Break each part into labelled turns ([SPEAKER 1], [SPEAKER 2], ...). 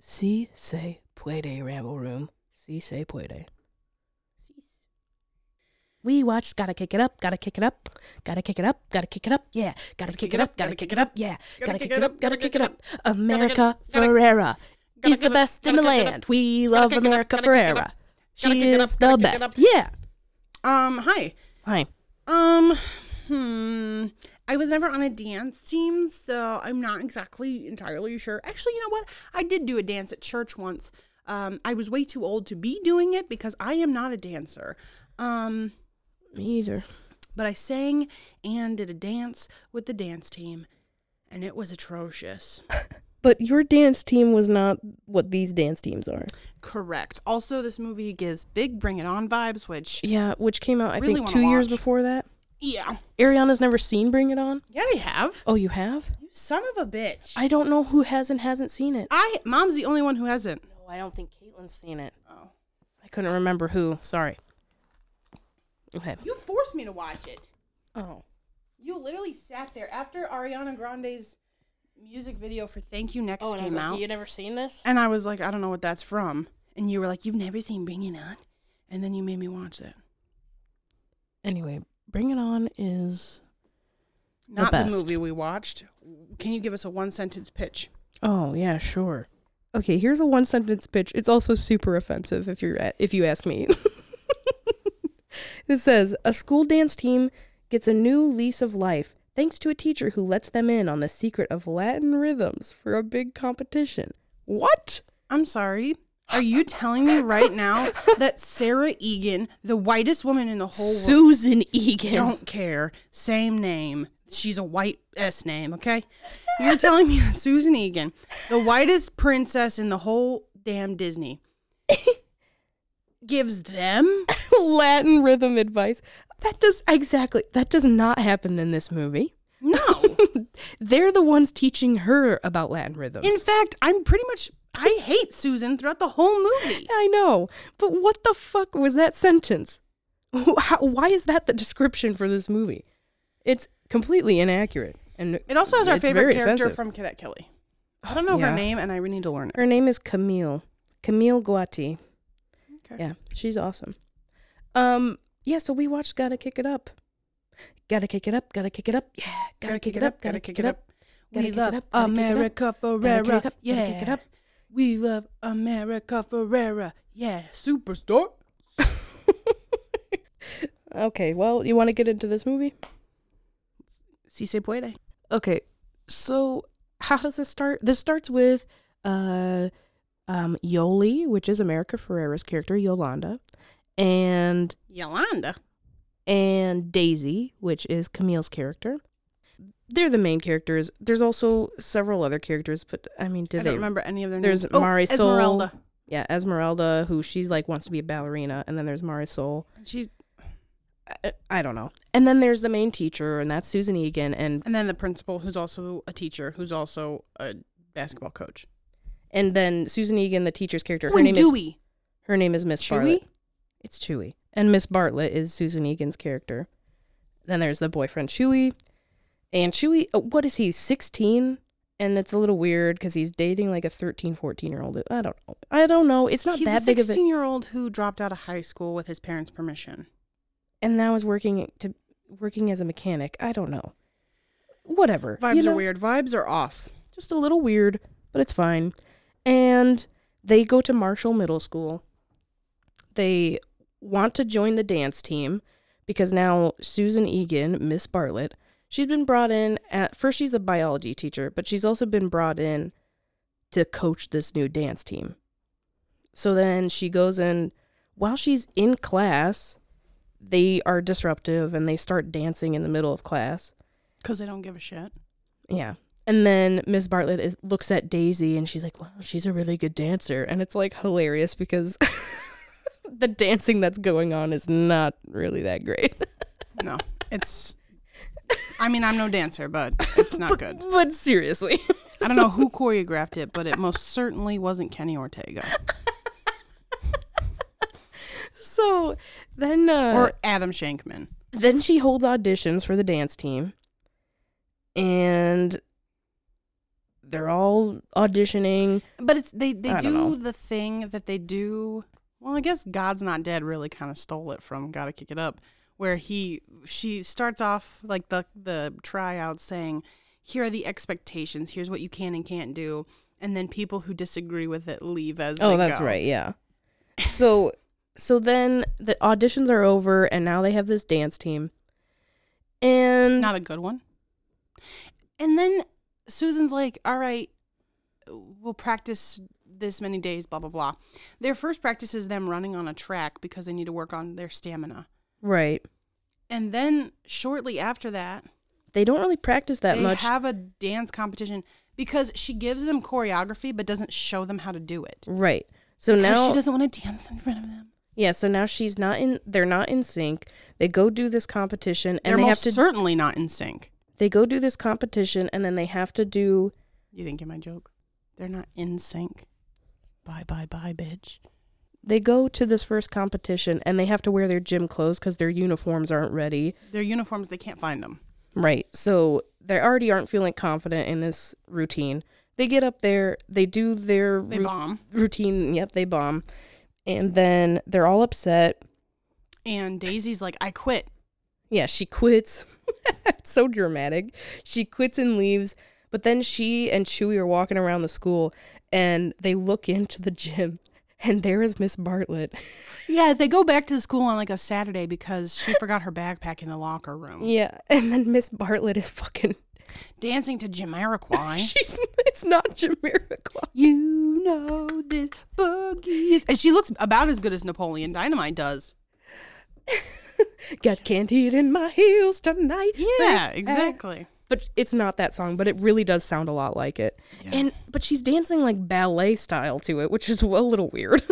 [SPEAKER 1] Si se puede, Ramble Room. Si se puede. We watched Gotta Kick It Up, Gotta Kick It Up, Gotta Kick It Up, Gotta Kick It Up, yeah. Gotta Kick It Up, Gotta Kick It Up, yeah. Gotta Kick It Up, Gotta Kick It Up. America Ferrera is the best in the land. We love America Ferrera. She is the best. Yeah.
[SPEAKER 2] Um, hi.
[SPEAKER 1] Hi.
[SPEAKER 2] Um, hmm. I was never on a dance team, so I'm not exactly entirely sure. Actually, you know what? I did do a dance at church once. Um, I was way too old to be doing it because I am not a dancer. Um,
[SPEAKER 1] Me either.
[SPEAKER 2] but I sang and did a dance with the dance team, and it was atrocious.
[SPEAKER 1] But your dance team was not what these dance teams are.
[SPEAKER 2] Correct. Also, this movie gives big Bring It On vibes, which,
[SPEAKER 1] Yeah, which came out I
[SPEAKER 2] Really
[SPEAKER 1] think
[SPEAKER 2] wanna
[SPEAKER 1] two years
[SPEAKER 2] watch.
[SPEAKER 1] before that.
[SPEAKER 2] yeah.
[SPEAKER 1] Ariana's never seen Bring It On.
[SPEAKER 2] Yeah, they have.
[SPEAKER 1] Oh, you have?
[SPEAKER 2] You son of a bitch. I,
[SPEAKER 1] I don't know who has and hasn't seen it.
[SPEAKER 2] mom's the only one who hasn't.
[SPEAKER 1] No, I don't think Caitlin's seen it.
[SPEAKER 2] Oh.
[SPEAKER 1] I couldn't remember who. Sorry. Okay.
[SPEAKER 2] You forced me to watch it.
[SPEAKER 1] Oh.
[SPEAKER 2] You literally sat there after Ariana Grande's music video for Thank You Next
[SPEAKER 1] Oh, and I was
[SPEAKER 2] came
[SPEAKER 1] like,
[SPEAKER 2] out.
[SPEAKER 1] you never seen this?
[SPEAKER 2] And I was like, I don't know what that's from. And you were like, You've never seen Bring It On? And then you made me watch it.
[SPEAKER 1] Anyway, Bring It On is
[SPEAKER 2] Not the,
[SPEAKER 1] best.
[SPEAKER 2] movie we watched. Can you give us a one sentence pitch?
[SPEAKER 1] Oh, yeah, sure. Okay, here's a one sentence pitch. It's also super offensive if you're a- if you ask me. this says a school dance team gets a new lease of life thanks to a teacher who lets them in on the secret of Latin rhythms for a big competition. What?
[SPEAKER 2] I'm sorry. Are you telling me right now that Sarah Egan, the whitest woman in the whole world,
[SPEAKER 1] Susan Egan.
[SPEAKER 2] don't care, same name, she's a white S name, okay? You're telling me that Susan Egan, the whitest princess in the whole damn Disney, gives them?
[SPEAKER 1] Latin rhythm advice. That does exactly. That does not happen in this movie.
[SPEAKER 2] No.
[SPEAKER 1] They're the ones teaching her about Latin rhythms.
[SPEAKER 2] In fact, I'm pretty much, I hate Susan throughout the whole movie.
[SPEAKER 1] I know, but what the fuck was that sentence? Wh- How, why is that the description for this movie? It's completely inaccurate, and
[SPEAKER 2] It also has our
[SPEAKER 1] it's
[SPEAKER 2] favorite
[SPEAKER 1] very
[SPEAKER 2] character
[SPEAKER 1] offensive.
[SPEAKER 2] from Cadet Kelly. I don't know
[SPEAKER 1] Yeah.
[SPEAKER 2] her name, and I need to learn it.
[SPEAKER 1] Her name is Camille. Camille Guati.
[SPEAKER 2] Okay.
[SPEAKER 1] Yeah, she's awesome. Um, yeah. So we watched "Gotta Kick It Up." Gotta kick it up. Gotta kick it up. Yeah. Gotta, kick, it up. Gotta kick it up. gotta
[SPEAKER 2] We
[SPEAKER 1] kick it
[SPEAKER 2] love
[SPEAKER 1] up, gotta kick it up,
[SPEAKER 2] America
[SPEAKER 1] Gotta kick it
[SPEAKER 2] Ferrera.
[SPEAKER 1] up. Gotta kick it
[SPEAKER 2] Yeah.
[SPEAKER 1] up.
[SPEAKER 2] We love America Ferrera. Yeah. Superstar.
[SPEAKER 1] Okay. Well, you want to get into this movie?
[SPEAKER 2] Si se puede.
[SPEAKER 1] Okay. So how does this start? This starts with uh um Yoli, which is America Ferrera's character, Yolanda, and
[SPEAKER 2] Yolanda.
[SPEAKER 1] and Daisy, which is Camille's character. They're the main characters. There's also several other characters, but I mean, did
[SPEAKER 2] I
[SPEAKER 1] they
[SPEAKER 2] don't remember any of their
[SPEAKER 1] There's
[SPEAKER 2] names.
[SPEAKER 1] Marisol.
[SPEAKER 2] oh, Esmeralda.
[SPEAKER 1] Yeah, Esmeralda, who she's like wants to be a ballerina, and then there's Marisol.
[SPEAKER 2] She, uh,
[SPEAKER 1] I, I don't know. And then there's the main teacher, and that's Susan Egan, and
[SPEAKER 2] and then the principal, who's also a teacher, who's also a basketball coach.
[SPEAKER 1] and then Susan Egan, the teacher's character. Her
[SPEAKER 2] When
[SPEAKER 1] name is
[SPEAKER 2] Dewey.
[SPEAKER 1] her name is Miss Bartlett.
[SPEAKER 2] Chewy?
[SPEAKER 1] It's Chewy. And Miss Bartlett is Susan Egan's character. Then there's the boyfriend Chewy. And Chewy, uh, what is he, 16? And it's a little weird because he's dating like a 13, 14 year old. I don't know. I don't know. It's not
[SPEAKER 2] He's
[SPEAKER 1] that
[SPEAKER 2] a
[SPEAKER 1] big of a.
[SPEAKER 2] year old who dropped out of high school with his parents' permission.
[SPEAKER 1] And now is working to working as a mechanic. I don't know. Whatever.
[SPEAKER 2] Vibes
[SPEAKER 1] you know?
[SPEAKER 2] are weird. Vibes are off.
[SPEAKER 1] Just a little weird, but it's fine. And they go to Marshall Middle School. They want to join the dance team because now Susan Egan, Miss Bartlett, she's been brought in at first she's a biology teacher, but she's also been brought in to coach this new dance team. So then she goes in while she's in class, they are disruptive and they start dancing in the middle of class.
[SPEAKER 2] Because they don't give a shit.
[SPEAKER 1] Yeah. And then Miss Bartlett is, looks at Daisy and she's like, wow, she's a really good dancer. And it's like hilarious because the dancing that's going on is not really that great.
[SPEAKER 2] No. It's. I mean, I'm no dancer, but it's not good.
[SPEAKER 1] but seriously.
[SPEAKER 2] I don't know who choreographed it, but it most certainly wasn't Kenny Ortega
[SPEAKER 1] So then uh,
[SPEAKER 2] or Adam Shankman.
[SPEAKER 1] then she holds auditions for the dance team and they're all auditioning.
[SPEAKER 2] But it's they they
[SPEAKER 1] I don't
[SPEAKER 2] do
[SPEAKER 1] know.
[SPEAKER 2] the thing that they do. Well, I guess God's Not Dead really kind of stole it from Gotta Kick It Up, where he she starts off like the the tryout saying, "Here are the expectations. Here's what you can and can't do." And then people who disagree with it leave as
[SPEAKER 1] Oh,
[SPEAKER 2] they
[SPEAKER 1] that's
[SPEAKER 2] go.
[SPEAKER 1] right. Yeah. So so then the auditions are over and now they have this dance team. And
[SPEAKER 2] Not a good one. And then Susan's like, "All right, we'll practice this many days." Blah blah blah. Their first practice is them running on a track because they need to work on their stamina.
[SPEAKER 1] right.
[SPEAKER 2] And then shortly after that,
[SPEAKER 1] They don't really practice that
[SPEAKER 2] they
[SPEAKER 1] much.
[SPEAKER 2] have a dance competition because she gives them choreography but doesn't show them how to do it.
[SPEAKER 1] right. So
[SPEAKER 2] 'Cause
[SPEAKER 1] now
[SPEAKER 2] she doesn't want to dance in front of them.
[SPEAKER 1] Yeah, so now she's not in they're not in sync. They go do this competition and
[SPEAKER 2] They're
[SPEAKER 1] they have
[SPEAKER 2] most
[SPEAKER 1] to
[SPEAKER 2] certainly not in sync.
[SPEAKER 1] they go do this competition and then they have to do
[SPEAKER 2] You didn't get my joke. They're not in sync. Bye bye bye, bitch.
[SPEAKER 1] they go to this first competition and they have to wear their gym clothes cuz their uniforms aren't ready.
[SPEAKER 2] Their uniforms, they can't find them.
[SPEAKER 1] Right. So they already aren't feeling confident in this routine. They get up there, they do their
[SPEAKER 2] They
[SPEAKER 1] ru-
[SPEAKER 2] bomb.
[SPEAKER 1] routine, yep, they bomb. And then they're all upset.
[SPEAKER 2] And Daisy's like, I quit.
[SPEAKER 1] Yeah, she quits. it's so dramatic. She quits and leaves. But then she and Chewy are walking around the school and they look into the gym and there is Miss Bartlett.
[SPEAKER 2] Yeah, they go back to school on like a Saturday because she forgot her backpack in the locker room.
[SPEAKER 1] Yeah. And then Miss Bartlett is fucking
[SPEAKER 2] Dancing to Jamiroquai.
[SPEAKER 1] she's it's not Jamiroquai.
[SPEAKER 2] You know this boogie is. And she looks about as good as Napoleon Dynamite does.
[SPEAKER 1] Got candied in my heels tonight.
[SPEAKER 2] Yeah, exactly.
[SPEAKER 1] But it's not that song, but it really does sound a lot like it. And but she's dancing like ballet style to it, which is a little weird.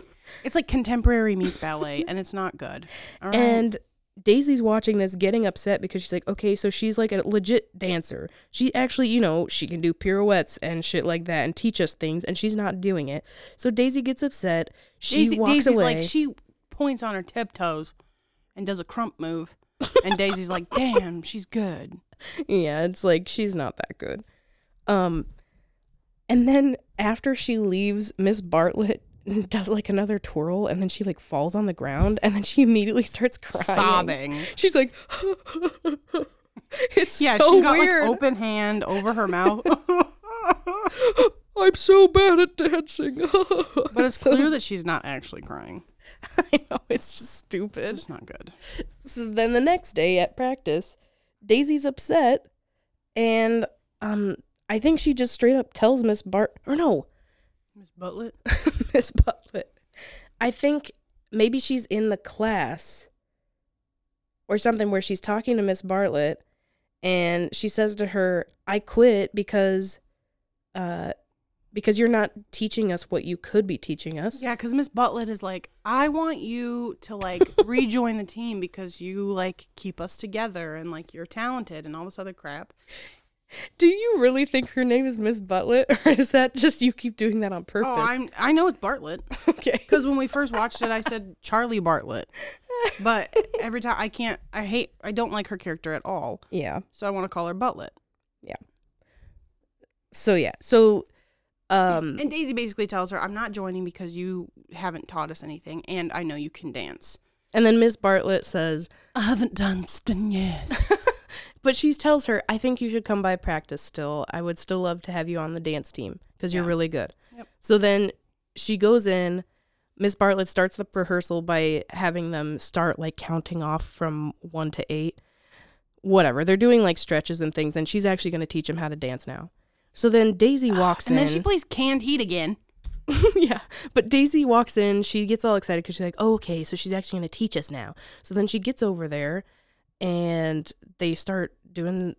[SPEAKER 2] It's like contemporary meets ballet, and it's not good. All right.
[SPEAKER 1] And Daisy's watching this, getting upset because she's like, okay, so she's like a legit dancer. She actually, you know, she can do pirouettes and shit like that and teach us things, and she's not doing it. So Daisy gets upset. She
[SPEAKER 2] Daisy,
[SPEAKER 1] walks
[SPEAKER 2] Daisy's
[SPEAKER 1] away.
[SPEAKER 2] like, she points on her tiptoes and does a crump move. And Daisy's like, damn, she's good.
[SPEAKER 1] yeah, it's like she's not that good. Um, and then after she leaves, Miss Bartlett does like another twirl, and then she like falls on the ground, and then she immediately starts crying,
[SPEAKER 2] Sobbing.
[SPEAKER 1] She's like, it's
[SPEAKER 2] Yeah,
[SPEAKER 1] so
[SPEAKER 2] she's got
[SPEAKER 1] weird.
[SPEAKER 2] like open hand over her mouth.
[SPEAKER 1] I'm so bad at dancing.
[SPEAKER 2] but it's clear that she's not actually crying.
[SPEAKER 1] I know it's just stupid.
[SPEAKER 2] It's not good.
[SPEAKER 1] So then the next day at practice, Daisy's upset, and um, I think she just straight up tells Miss Bart or no,
[SPEAKER 2] Miss Butlett?
[SPEAKER 1] Miss Bartlett. I think maybe she's in the class or something where she's talking to Miss Bartlett, and she says to her, "I quit because, uh, because you're not teaching us what you could be teaching us."
[SPEAKER 2] Yeah, because Miss Butlett is like, I want you to like rejoin the team because you like keep us together and like you're talented and all this other crap.
[SPEAKER 1] Do you really think her name is Miss Butlett, or is that just you keep doing that on purpose?
[SPEAKER 2] Oh, I'm I know it's Bartlett
[SPEAKER 1] okay.
[SPEAKER 2] because when we first watched it, I said Charlie Bartlett, but every time I can't, I hate, I don't like her character at all,
[SPEAKER 1] Yeah.
[SPEAKER 2] so I want to call her Butlett.
[SPEAKER 1] So yeah. So, um,
[SPEAKER 2] And Daisy basically tells her, I'm not joining because you haven't taught us anything, and I know you can dance.
[SPEAKER 1] and then Miss Bartlett says,
[SPEAKER 2] I haven't danced in years.
[SPEAKER 1] but she tells her, "I think you should come by practice. Still, I would still love to have you on the dance team because you're really good."
[SPEAKER 2] Yep.
[SPEAKER 1] So then she goes in. Miss Bartlett starts the rehearsal by having them start like counting off from one to eight. Whatever. They're doing like stretches and things, and she's actually going to teach them how to dance now. So then Daisy walks
[SPEAKER 2] and
[SPEAKER 1] in.
[SPEAKER 2] then she plays Canned Heat again.
[SPEAKER 1] yeah. But Daisy walks in. She gets all excited because she's like, oh, okay, so she's actually going to teach us now. So then she gets over there and they start doing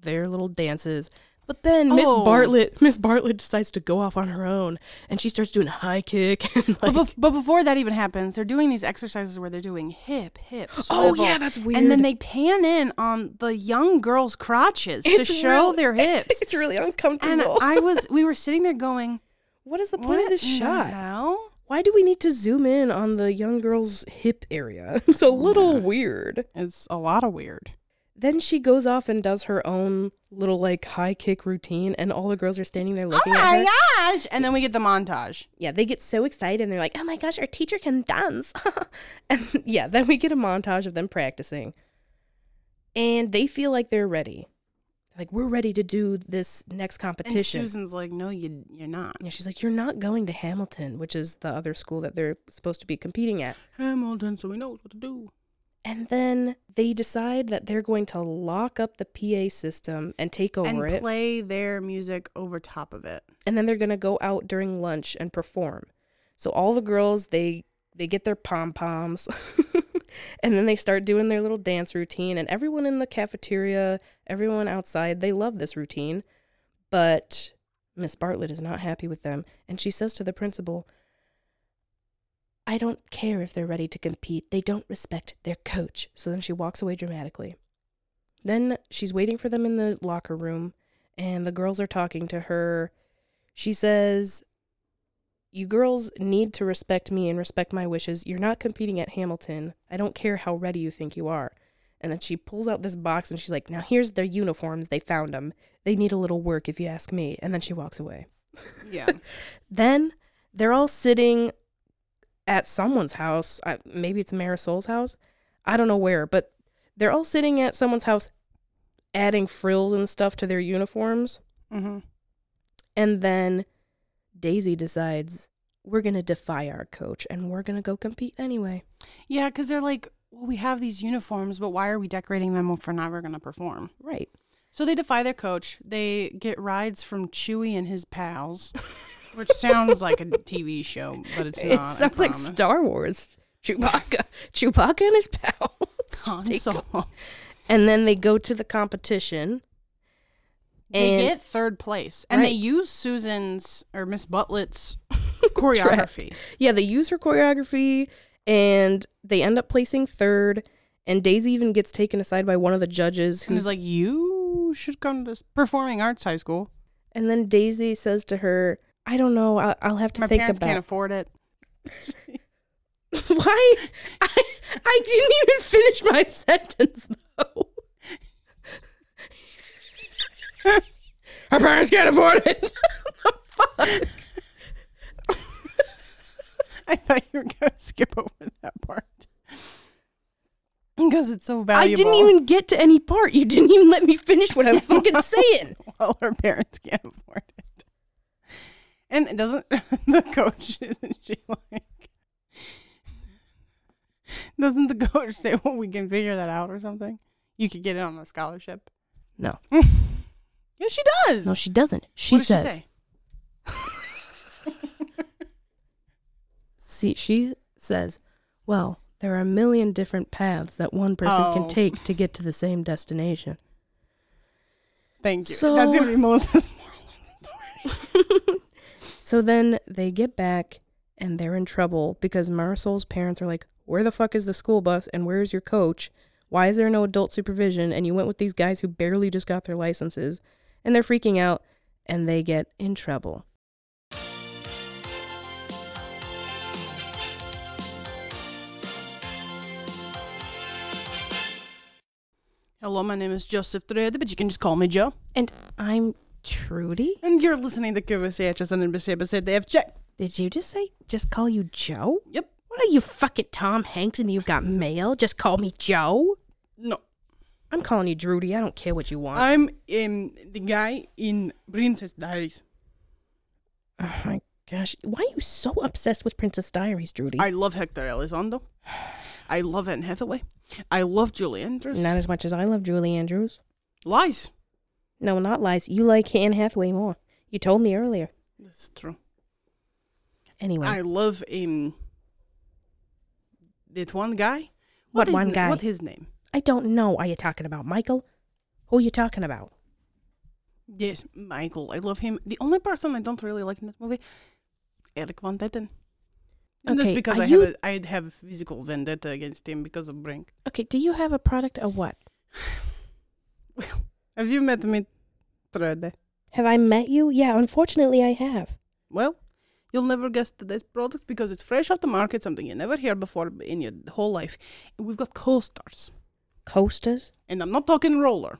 [SPEAKER 1] their little dances. But then Miss
[SPEAKER 2] Oh.
[SPEAKER 1] Bartlett, Miss Bartlett decides to go off on her own, and she starts doing a high kick. And like,
[SPEAKER 2] But, bef- but before that even happens, they're doing these exercises where they're doing hip, hip,
[SPEAKER 1] Oh,
[SPEAKER 2] swivel,
[SPEAKER 1] yeah, that's
[SPEAKER 2] And then
[SPEAKER 1] weird.
[SPEAKER 2] they pan in on the young girl's crotches
[SPEAKER 1] It's
[SPEAKER 2] Oh, to show
[SPEAKER 1] real-
[SPEAKER 2] their hips.
[SPEAKER 1] it's really
[SPEAKER 2] and
[SPEAKER 1] uncomfortable.
[SPEAKER 2] I was, we were sitting there going,
[SPEAKER 1] what is the point
[SPEAKER 2] "What
[SPEAKER 1] of this
[SPEAKER 2] in the
[SPEAKER 1] shot?
[SPEAKER 2] hell?"
[SPEAKER 1] Why do we need to zoom in on the young girl's hip area? It's a little weird.
[SPEAKER 2] It's a lot of weird.
[SPEAKER 1] Then she goes off and does her own little like high kick routine, and all the girls are standing there looking at her.
[SPEAKER 2] "Oh gosh! And then we get the montage.
[SPEAKER 1] Yeah, they get so excited and they're like, oh my gosh, our teacher can dance. and yeah, then we get a montage of them practicing. And they feel like they're ready. Like, we're ready to do this next
[SPEAKER 2] And
[SPEAKER 1] competition.
[SPEAKER 2] Susan's like, "No, you you're not."
[SPEAKER 1] yeah, she's like, you're not going to Hamilton, which is the other school that they're supposed to be competing at.
[SPEAKER 2] Hamilton, so he knows what to do.
[SPEAKER 1] And then they decide that they're going to lock up the PA system and take over
[SPEAKER 2] and
[SPEAKER 1] it.
[SPEAKER 2] play their music over top of it.
[SPEAKER 1] and then they're gonna go out during lunch and perform. So all the girls they they get their pom poms, and then they start doing their little dance routine. And everyone in the cafeteria, everyone outside, they love this routine. But Miss Bartlett is not happy with them, and she says to the principal, "I don't care if they're ready to compete. They don't respect their coach." So then she walks away dramatically. Then she's waiting for them in the locker room, and the girls are talking to her. She says, You girls need to respect me and respect my wishes. You're not competing at Hamilton. I don't care how ready you think you are. And then she pulls out this box and she's like, Now here's their uniforms. They found them. They need a little work, if you ask me. And then she walks away.
[SPEAKER 2] Yeah.
[SPEAKER 1] Then they're all sitting at someone's house. I, maybe it's Marisol's house. I don't know where, but they're all sitting at someone's house adding frills and stuff to their uniforms.
[SPEAKER 2] hmm
[SPEAKER 1] And then Daisy decides we're going to defy our coach and we're going to go compete anyway.
[SPEAKER 2] Yeah, because they're like, well, we have these uniforms, but why are we decorating them if we're never going to perform?
[SPEAKER 1] Right.
[SPEAKER 2] So they defy their coach. They get rides from Chewy and his pals, which sounds like a TV show, but it's not.
[SPEAKER 1] it
[SPEAKER 2] I
[SPEAKER 1] sounds like
[SPEAKER 2] promise.
[SPEAKER 1] Star Wars. Chewbacca. Chewbacca and his pals.
[SPEAKER 2] Han
[SPEAKER 1] They go-
[SPEAKER 2] Solo.
[SPEAKER 1] and then they go to the competition.
[SPEAKER 2] They
[SPEAKER 1] And-
[SPEAKER 2] get third place, and they
[SPEAKER 1] Right.
[SPEAKER 2] use Susan's or Miss Butlett's choreography.
[SPEAKER 1] Yeah, they use her choreography and they end up placing third. And Daisy even gets taken aside by one of the judges
[SPEAKER 2] And
[SPEAKER 1] who's
[SPEAKER 2] it's like, you should come to s- performing arts high school.
[SPEAKER 1] and then Daisy says to her, I don't know, I'll, I'll have to
[SPEAKER 2] My
[SPEAKER 1] think
[SPEAKER 2] parents
[SPEAKER 1] about
[SPEAKER 2] can't afford it.
[SPEAKER 1] Why? I, I didn't even finish my sentence though. Her parents can't afford it.
[SPEAKER 2] I thought you were going to skip over that part because it's so
[SPEAKER 1] I
[SPEAKER 2] valuable.
[SPEAKER 1] didn't even get to any part. You didn't even let me finish what I'm fucking saying.
[SPEAKER 2] well, her parents can't afford it. And it doesn't the coach isn't she like doesn't the coach say, Well, we can figure that out or something? You could get it on a scholarship.
[SPEAKER 1] No.
[SPEAKER 2] Yeah, she does.
[SPEAKER 1] No, she doesn't. She
[SPEAKER 2] What does
[SPEAKER 1] says.
[SPEAKER 2] say?
[SPEAKER 1] See, she says, "Well, there are a million different paths that one person
[SPEAKER 2] Oh.
[SPEAKER 1] can take to get to the same destination."
[SPEAKER 2] Thank you.
[SPEAKER 1] So-
[SPEAKER 2] That's gonna be Melissa's moral of the story.
[SPEAKER 1] So then they get back and they're in trouble because Marisol's parents are like, Where the fuck is the school bus and where is your coach? Why is there no adult supervision? And you went with these guys who barely just got their licenses and they're freaking out and they get in trouble.
[SPEAKER 2] Hello, my name is Joseph Dredd, but you can just call me Joe.
[SPEAKER 1] And I'm Trudy?
[SPEAKER 2] And you're listening to Kivisachas and Imbecibis at the FJ.
[SPEAKER 1] Did you just say, just call you Joe?
[SPEAKER 2] Yep.
[SPEAKER 1] What are you fucking Tom Hanks and you've got mail? Just call me Joe?
[SPEAKER 2] No.
[SPEAKER 1] I'm calling you Drudy. I don't care what you want.
[SPEAKER 2] I'm um, the guy in Princess Diaries.
[SPEAKER 1] oh my gosh. Why are you so obsessed with Princess Diaries, Drudy?
[SPEAKER 2] I love Hector Elizondo. I love Anne Hathaway. I love Julie Andrews.
[SPEAKER 1] Not as much as I love Julie Andrews.
[SPEAKER 2] Lies.
[SPEAKER 1] No, not lies. You like Anne Hathaway more. You told me earlier.
[SPEAKER 2] That's true.
[SPEAKER 1] Anyway,
[SPEAKER 2] I love um that one guy.
[SPEAKER 1] What
[SPEAKER 2] is
[SPEAKER 1] one
[SPEAKER 2] n-
[SPEAKER 1] guy?
[SPEAKER 2] What his name?
[SPEAKER 1] I don't know. Are you talking about Michael? Who are you talking about?
[SPEAKER 2] Yes, Michael. I love him. The only person I don't really like in that movie, Eric Van Detten. And that's
[SPEAKER 1] Okay,
[SPEAKER 2] because
[SPEAKER 1] are
[SPEAKER 2] I
[SPEAKER 1] you-
[SPEAKER 2] have a, I have physical vendetta against him because of Brink.
[SPEAKER 1] Okay, do you have a product of what?
[SPEAKER 2] Have you met me, Trude?
[SPEAKER 1] Have I met you? Yeah, unfortunately, I have.
[SPEAKER 2] Well, you'll never guess today's product because it's fresh off the market, something you never hear before in your whole life. We've got co-stars.
[SPEAKER 1] Coasters?
[SPEAKER 2] And I'm not talking roller.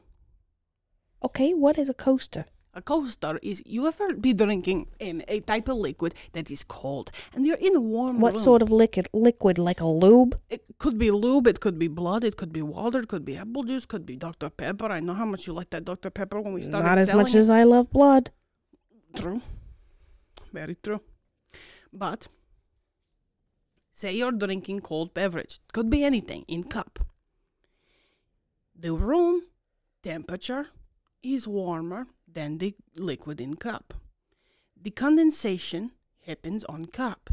[SPEAKER 1] Okay, what is a coaster?
[SPEAKER 2] A coaster is you ever be drinking um, a type of liquid that is cold and you're in a warm
[SPEAKER 1] What
[SPEAKER 2] room.
[SPEAKER 1] sort of liquid? Liquid like a lube?
[SPEAKER 2] It could be lube, it could be blood, it could be water, it could be apple juice, could be Dr. Pepper. I know how much you like that Dr. Pepper when we started
[SPEAKER 1] Not as
[SPEAKER 2] selling
[SPEAKER 1] much
[SPEAKER 2] it.
[SPEAKER 1] as I love blood.
[SPEAKER 2] True. Very true. But say you're drinking cold beverage. Could be anything in cup. The room temperature is warmer than the liquid in cup. The condensation happens on cup.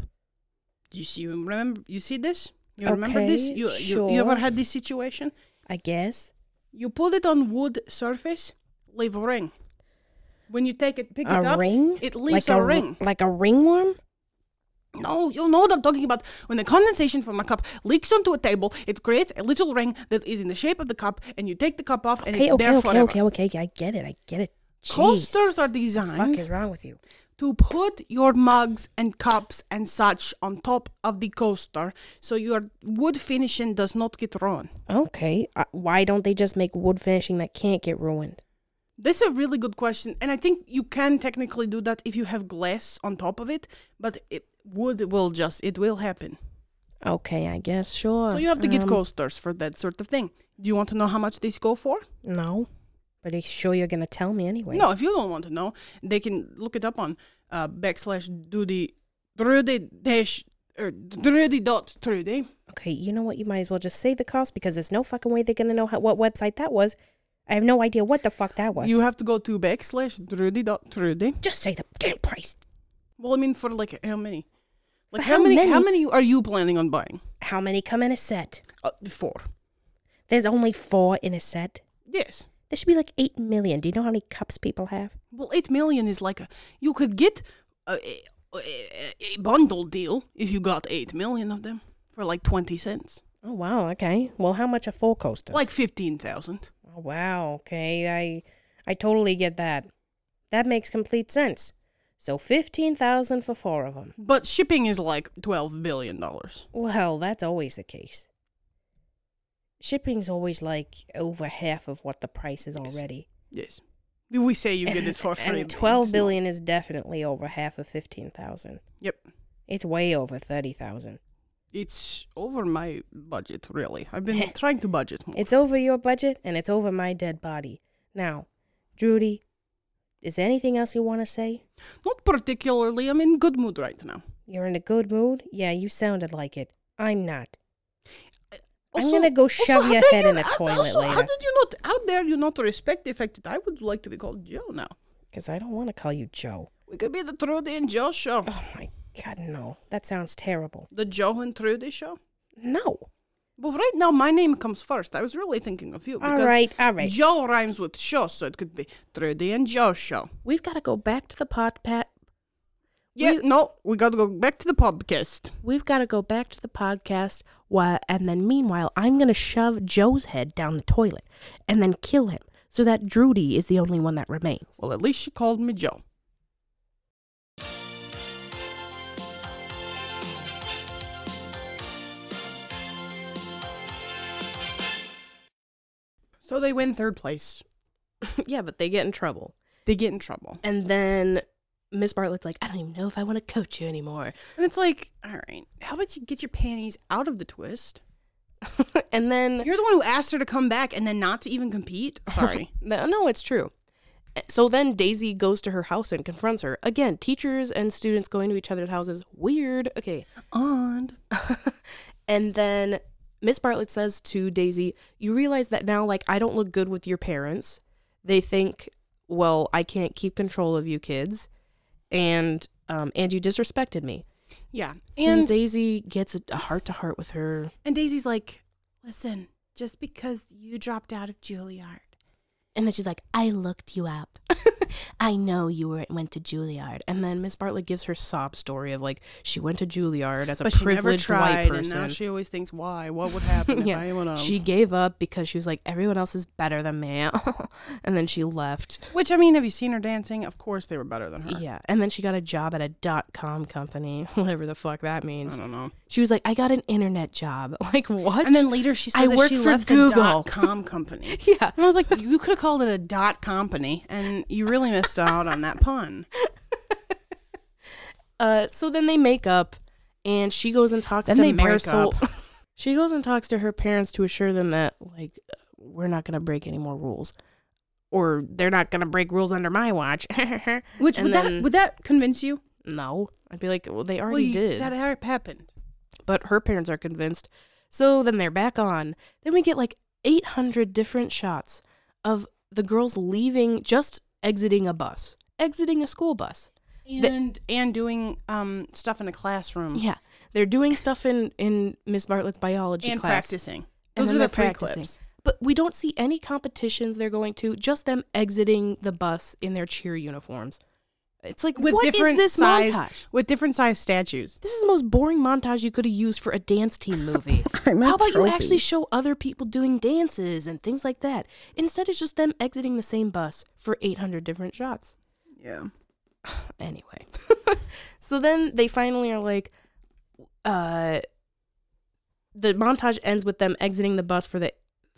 [SPEAKER 2] Do you see you remember you see this? You remember this?
[SPEAKER 1] Okay,
[SPEAKER 2] You, you you ever
[SPEAKER 1] sure.
[SPEAKER 2] had this situation?
[SPEAKER 1] I guess.
[SPEAKER 2] You put it on wood surface, leave a ring. When you take it, pick
[SPEAKER 1] a
[SPEAKER 2] it up,
[SPEAKER 1] ring?
[SPEAKER 2] it
[SPEAKER 1] like
[SPEAKER 2] leaves a,
[SPEAKER 1] r-
[SPEAKER 2] ring.
[SPEAKER 1] Like a ringworm?
[SPEAKER 2] No, you know what I'm talking about. When the condensation from a cup leaks onto a table, it creates a little ring that is in the shape of the cup, and you take the cup off, and
[SPEAKER 1] Okay,
[SPEAKER 2] it's
[SPEAKER 1] okay,
[SPEAKER 2] there
[SPEAKER 1] okay,
[SPEAKER 2] forever.
[SPEAKER 1] okay, okay, okay. I get it. I get it. Jeez.
[SPEAKER 2] Coasters are
[SPEAKER 1] What
[SPEAKER 2] designed
[SPEAKER 1] the fuck is wrong with you?
[SPEAKER 2] to put your mugs and cups and such on top of the coaster, so your wood finishing does not get ruined.
[SPEAKER 1] Okay. Uh, why don't they just make wood finishing that can't get ruined?
[SPEAKER 2] This is a really good question, and I think you can technically do that if you have glass on top of it, but it, wood will just it will happen.
[SPEAKER 1] Okay, I guess, sure.
[SPEAKER 2] So you have to get
[SPEAKER 1] Um,
[SPEAKER 2] coasters for that sort of thing. Do you want to know how much these go for?
[SPEAKER 1] No. But are you sure you're going to tell me anyway?
[SPEAKER 2] No, if you don't want to know, they can look it up on uh, backslash Doody Drudy dash or Drudy dot Trudy.
[SPEAKER 1] Okay, you know what? You might as well just say the cost because there's no fucking way they're going to know how, what website that was. I have no idea what the fuck that was.
[SPEAKER 2] You have to go to backslash Drudy dot Trudy.
[SPEAKER 1] just say the damn price.
[SPEAKER 2] Well, I mean, for like how many? Like
[SPEAKER 1] For
[SPEAKER 2] how,
[SPEAKER 1] how
[SPEAKER 2] many, How
[SPEAKER 1] many?
[SPEAKER 2] many are you planning on buying?
[SPEAKER 1] How many come in a set?
[SPEAKER 2] Uh, four.
[SPEAKER 1] There's only four in a set.
[SPEAKER 2] Yes.
[SPEAKER 1] There should be like 8 million. Do you know how many cups people have?
[SPEAKER 2] Well, eight million is like a. You could get a, a, a bundle deal if you got eight million of them for like twenty cents,
[SPEAKER 1] Oh, wow. Okay. Well, how much are four coasters?
[SPEAKER 2] like fifteen thousand.
[SPEAKER 1] Oh, wow. Okay. I I totally get that. That makes complete sense. So 15,000 for four of them.
[SPEAKER 2] But shipping is like twelve billion dollars.
[SPEAKER 1] Well, that's always the case. Shipping's always like over half of what the price is already.
[SPEAKER 2] Yes. Do we say you get it for free?
[SPEAKER 1] and
[SPEAKER 2] but
[SPEAKER 1] 12
[SPEAKER 2] it's not.
[SPEAKER 1] billion is definitely over half of 15,000.
[SPEAKER 2] Yep.
[SPEAKER 1] It's way over 30,000.
[SPEAKER 2] It's over my budget, really. I've been trying to budget more.
[SPEAKER 1] It's over your budget and it's over my dead body. Now, Drudy, is there anything else you want to say?
[SPEAKER 2] Not particularly. I'm in good mood right now.
[SPEAKER 1] You're in a good mood? Yeah, you sounded like it. I'm not. I'm
[SPEAKER 2] Also-
[SPEAKER 1] gonna go
[SPEAKER 2] also,
[SPEAKER 1] shove
[SPEAKER 2] how
[SPEAKER 1] your
[SPEAKER 2] dare
[SPEAKER 1] head
[SPEAKER 2] you-
[SPEAKER 1] in the
[SPEAKER 2] how-
[SPEAKER 1] toilet
[SPEAKER 2] also, How
[SPEAKER 1] later.
[SPEAKER 2] did you not? How dare you not respect the fact that I would like to be called Joe now?
[SPEAKER 1] Because I don't want to call you Joe.
[SPEAKER 2] We could be the Trudy and Joe show.
[SPEAKER 1] Oh my god, no. That sounds terrible.
[SPEAKER 2] The Joe and Trudy show.
[SPEAKER 1] No.
[SPEAKER 2] But right now, my name comes first. I was really thinking of you.
[SPEAKER 1] All
[SPEAKER 2] Because
[SPEAKER 1] right, all right.
[SPEAKER 2] Joe rhymes with show, so it could be Trudy and Joe show.
[SPEAKER 1] We've got to go back to the pot pat.
[SPEAKER 2] Yeah,
[SPEAKER 1] We-
[SPEAKER 2] no, we gotta go back to the podcast.
[SPEAKER 1] We've got to go back to the podcast. Why? And then meanwhile, I'm going to shove Joe's head down the toilet and then kill him so that Drudy is the only one that remains.
[SPEAKER 2] Well, at least she called me Joe. So they win third place.
[SPEAKER 1] yeah, but they get in trouble.
[SPEAKER 2] They get in trouble.
[SPEAKER 1] And then Miss Bartlett's like, I don't even know if I want to coach you anymore.
[SPEAKER 2] And it's like, all right, how about you get your panties out of the twist?
[SPEAKER 1] and then,
[SPEAKER 2] You're the one who asked her to come back and then not to even compete. Sorry.
[SPEAKER 1] no, no, it's true. Eh, So then Daisy goes to her house and confronts her. Again, teachers and students going to each other's houses. Weird. Okay.
[SPEAKER 2] and
[SPEAKER 1] And then Miss Bartlett says to Daisy, You realize that now, like, I don't look good with your parents. They think, Well, I can't keep control of you kids. And, um, and you disrespected me.
[SPEAKER 2] yeah,
[SPEAKER 1] And,
[SPEAKER 2] and
[SPEAKER 1] Daisy gets a heart to heart with her.
[SPEAKER 2] and Daisy's like, listen, just because you dropped out of Juilliard
[SPEAKER 1] And then she's like, I looked you up. I know you were went to Juilliard. And then Miss Bartlett gives her sob story of like she went to Juilliard as a
[SPEAKER 2] But she never
[SPEAKER 1] privileged
[SPEAKER 2] tried,
[SPEAKER 1] white
[SPEAKER 2] and now
[SPEAKER 1] person.
[SPEAKER 2] she always thinks, "Why? What would happen if I went on?"
[SPEAKER 1] She gave up because she was like, everyone else is better than me. and then she left.
[SPEAKER 2] Which I mean, have you seen her dancing? Of course, they were better than her.
[SPEAKER 1] Yeah. And then she got a job at a dot com company, whatever the fuck that
[SPEAKER 2] I
[SPEAKER 1] means.
[SPEAKER 2] don't know.
[SPEAKER 1] She was like, I got an internet job. Like, what?
[SPEAKER 2] And then later she said
[SPEAKER 1] I
[SPEAKER 2] that
[SPEAKER 1] work
[SPEAKER 2] she
[SPEAKER 1] for
[SPEAKER 2] left the
[SPEAKER 1] Google.
[SPEAKER 2] dot com company.
[SPEAKER 1] yeah.
[SPEAKER 2] And I was like, you could have called it a dot company, and you really missed out on that pun.
[SPEAKER 1] Uh, so then they make up, and she goes and talks
[SPEAKER 2] Then
[SPEAKER 1] to
[SPEAKER 2] they break
[SPEAKER 1] Marisol. she goes and talks to her parents to assure them that like we're not gonna break any more rules, or they're not gonna break rules under my watch.
[SPEAKER 2] Which
[SPEAKER 1] And then-
[SPEAKER 2] would that would that convince you?
[SPEAKER 1] no, I'd be like, well, they already
[SPEAKER 2] Well, you,
[SPEAKER 1] did.
[SPEAKER 2] that had happened.
[SPEAKER 1] but her parents are convinced. So then they're back on. Then we get like 800 different shots of the girls leaving, just exiting a bus, exiting a school bus. The-
[SPEAKER 2] and and doing um stuff in a classroom
[SPEAKER 1] Yeah, they're doing stuff in in Miss Bartlett's biology
[SPEAKER 2] and
[SPEAKER 1] class.
[SPEAKER 2] practicing.
[SPEAKER 1] And
[SPEAKER 2] Those
[SPEAKER 1] then
[SPEAKER 2] are
[SPEAKER 1] they're
[SPEAKER 2] the three
[SPEAKER 1] practicing.
[SPEAKER 2] clips.
[SPEAKER 1] But we don't see any competitions they're going to, just them exiting the bus in their cheer uniforms. It's like, what
[SPEAKER 2] with
[SPEAKER 1] is
[SPEAKER 2] different
[SPEAKER 1] this
[SPEAKER 2] size
[SPEAKER 1] montage?
[SPEAKER 2] with different size statues.
[SPEAKER 1] This is the most boring montage you could have used for a dance team movie.
[SPEAKER 2] I'm at
[SPEAKER 1] How about you actually
[SPEAKER 2] trophies.
[SPEAKER 1] show other people doing dances and things like that? Instead, it's just them exiting the same bus for 800 different shots.
[SPEAKER 2] Yeah.
[SPEAKER 1] Anyway. so then they finally are like, uh, the montage ends with them exiting the bus for the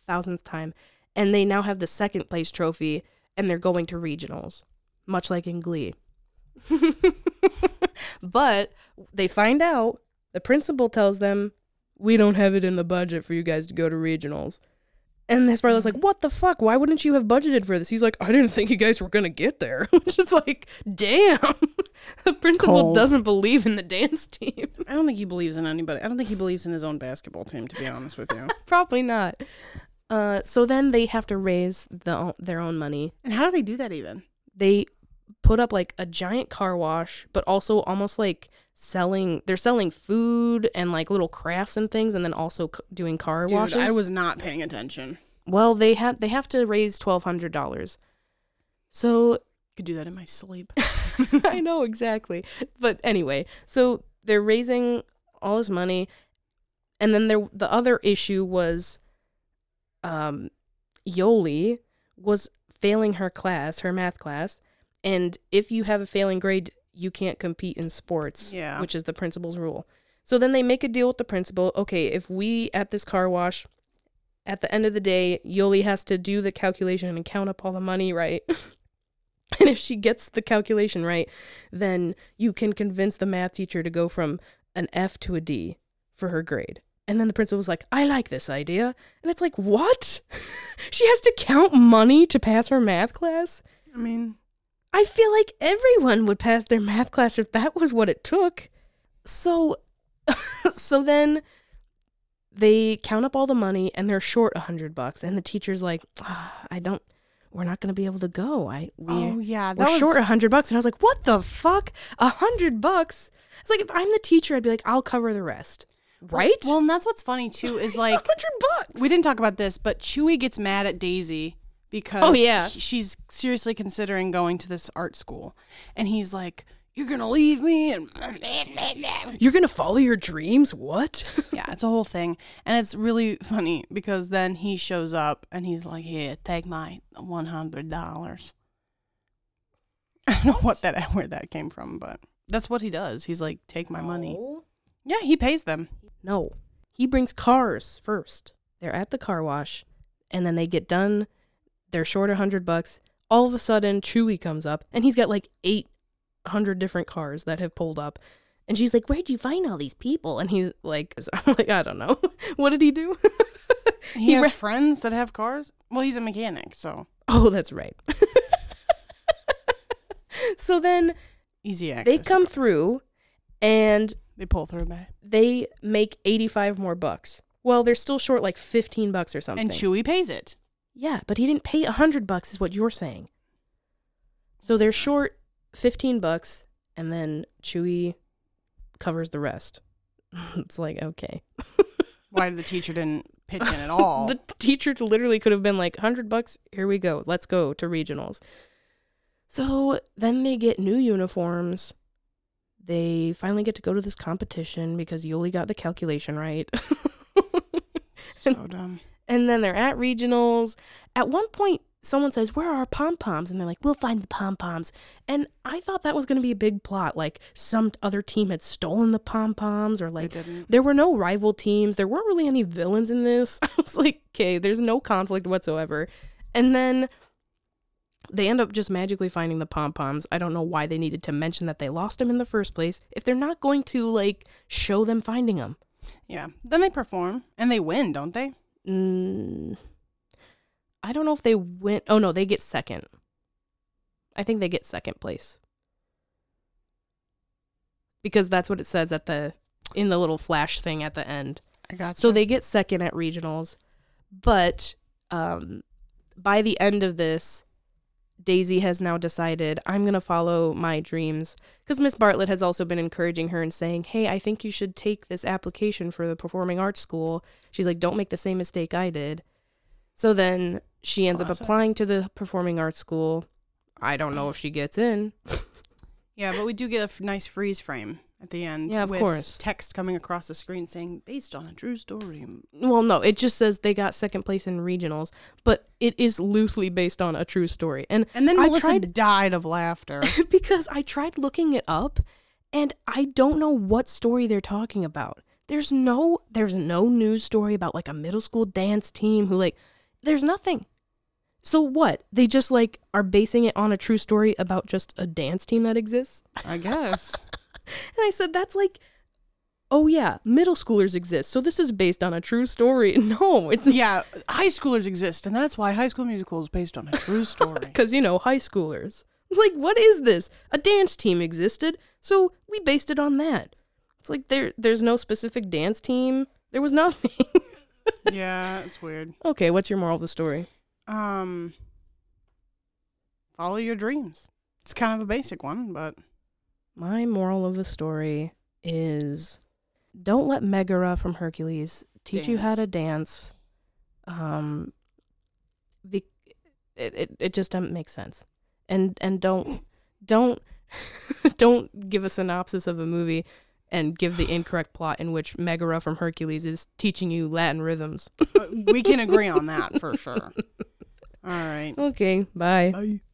[SPEAKER 1] thousandth time, and they now have the second place trophy, and they're going to regionals, much like in Glee. but they find out, the principal tells them, We don't have it in the budget for you guys to go to regionals. And Miss Barlow's like, What the fuck? Why wouldn't you have budgeted for this? He's like, I didn't think you guys were going to get there. Which is like, damn. the principal
[SPEAKER 2] Cold.
[SPEAKER 1] doesn't believe in the dance team.
[SPEAKER 2] I don't think he believes in anybody. I don't think he believes in his own basketball team, to be honest with you.
[SPEAKER 1] Probably not. Uh, so then they have to raise the, their own money.
[SPEAKER 2] and how do they do that even?
[SPEAKER 1] They put up like a giant car wash, but also almost like selling. They're selling food and like little crafts and things, and then also c- doing car
[SPEAKER 2] Dude,
[SPEAKER 1] washes.
[SPEAKER 2] I was not paying attention.
[SPEAKER 1] well, they have they have to raise twelve hundred dollars. So
[SPEAKER 2] Could do that in my sleep.
[SPEAKER 1] I know exactly. But anyway, so they're raising all this money, and then there the other issue was, um, Yoli was failing her class, her math class, and if you have a failing grade, you can't compete in sports,
[SPEAKER 2] Yeah.
[SPEAKER 1] which is the principal's rule. So then they make a deal with the principal. Okay, if we at this car wash. At the end of the day, Yoli has to do the calculation and count up all the money, right? And if she gets the calculation right, then you can convince the math teacher to go from an F to a D for her grade. And then the principal was like, I like this idea. And it's like, what? she has to count money to pass her math class?
[SPEAKER 2] I mean,
[SPEAKER 1] I feel like everyone would pass their math class if that was what it took. So so then they count up all the money and they're short a hundred bucks and the teacher's like, "Ah, I don't we're not going to be able to go. I we
[SPEAKER 2] oh yeah, that
[SPEAKER 1] we're
[SPEAKER 2] was
[SPEAKER 1] short a hundred bucks. And I was like, what the fuck? A hundred bucks? It's like, if I'm the teacher, I'd be like, I'll cover the rest. Right?
[SPEAKER 2] Well, and that's what's funny too is
[SPEAKER 1] a
[SPEAKER 2] like
[SPEAKER 1] hundred bucks.
[SPEAKER 2] we didn't talk about this, but Chewy gets mad at Daisy because
[SPEAKER 1] Oh, yeah.
[SPEAKER 2] he- she's seriously considering going to this art school, and he's like, "You're gonna leave me," and
[SPEAKER 1] You're going to follow your dreams? What?
[SPEAKER 2] yeah, it's a whole thing, and it's really funny because then he shows up and he's like, "Here, take my one hundred dollars." I don't know what that where that came from, but that's what he does. He's like, "Take my money."
[SPEAKER 1] Oh.
[SPEAKER 2] Yeah, he pays them.
[SPEAKER 1] No. He brings cars first. They're at the car wash and then they get done. They're short a hundred bucks. All of a sudden, Chewy comes up and he's got like 800 different cars that have pulled up. And she's like, Where'd you find all these people? And he's like, I'm like, I don't know. what did he do?
[SPEAKER 2] He,
[SPEAKER 1] He
[SPEAKER 2] has
[SPEAKER 1] re-
[SPEAKER 2] friends that have cars. Well, he's a mechanic, so
[SPEAKER 1] Oh, that's right. so then
[SPEAKER 2] easy access.
[SPEAKER 1] they come through and
[SPEAKER 2] They pull through, man.
[SPEAKER 1] they make 85 more bucks. Well, they're still short like 15 bucks or something.
[SPEAKER 2] And Chewy pays it.
[SPEAKER 1] yeah, but he didn't pay 100 bucks is what you're saying. So they're short 15 bucks and then Chewy covers the rest. it's like, okay.
[SPEAKER 2] Why the teacher didn't pitching at all.
[SPEAKER 1] the teacher literally could have been like, 100 bucks, here we go. Let's go to regionals. So then they get new uniforms. They finally get to go to this competition because Yoli got the calculation right.
[SPEAKER 2] so dumb.
[SPEAKER 1] and then they're at regionals. At one point, someone says, Where are our pom poms? And they're like, We'll find the pom poms. And I thought that was going to be a big plot. Like some other team had stolen the pom poms, or
[SPEAKER 2] They
[SPEAKER 1] like
[SPEAKER 2] didn't.
[SPEAKER 1] there were no rival teams. There weren't really any villains in this. I was like, Okay, there's no conflict whatsoever. And then they end up just magically finding the pom poms. I don't know why they needed to mention that they lost them in the first place if they're not going to like show them finding them.
[SPEAKER 2] Yeah. Then they perform and they win, don't they?
[SPEAKER 1] Mm, I don't know if they went. Oh no, they get second. I think they get second place because that's what it says at the in the little flash thing at the end.
[SPEAKER 2] I got
[SPEAKER 1] So they get second at regionals, but um, by the end of this, Daisy has now decided I'm gonna follow my dreams because Miss Bartlett has also been encouraging her and saying, "Hey, I think you should take this application for the performing arts school." She's like, "Don't make the same mistake I did." So then she ends up
[SPEAKER 2] Classic.
[SPEAKER 1] applying to the performing arts school. I don't know if she gets in.
[SPEAKER 2] Yeah, but we do get a f- nice freeze frame at the end.
[SPEAKER 1] Yeah, of
[SPEAKER 2] with
[SPEAKER 1] course.
[SPEAKER 2] Text coming across the screen saying, based on a true story.
[SPEAKER 1] Well, no, it just says they got second place in regionals, but it is loosely based on a true story. And
[SPEAKER 2] And then
[SPEAKER 1] I
[SPEAKER 2] Melissa
[SPEAKER 1] tried-
[SPEAKER 2] died of laughter.
[SPEAKER 1] because I tried looking it up and I don't know what story they're talking about. There's no there's no news story about like a middle school dance team who like there's nothing. So what? They just like are basing it on a true story about just a dance team that exists?
[SPEAKER 2] I guess.
[SPEAKER 1] And I said that's like oh yeah, middle schoolers exist. So this is based on a true story. No, it's
[SPEAKER 2] yeah, high schoolers exist, and that's why High School Musical is based on a true story.
[SPEAKER 1] Because, you know, high schoolers. Like, what is this? A dance team existed, so we based it on that. It's like there there's no specific dance team. There was nothing.
[SPEAKER 2] yeah, it's weird.
[SPEAKER 1] okay, what's your moral of the story?
[SPEAKER 2] Um, follow your dreams. It's kind of a basic one, but
[SPEAKER 1] My moral of the story is don't let Megara from Hercules teach you how
[SPEAKER 2] Dance.
[SPEAKER 1] to dance. Um be, it, it it just doesn't make sense. And and don't don't don't give a synopsis of a movie and give the incorrect plot in which Megara from Hercules is teaching you Latin rhythms.
[SPEAKER 2] Uh, but we can agree on that for sure. All right.
[SPEAKER 1] Okay, bye.
[SPEAKER 2] Bye.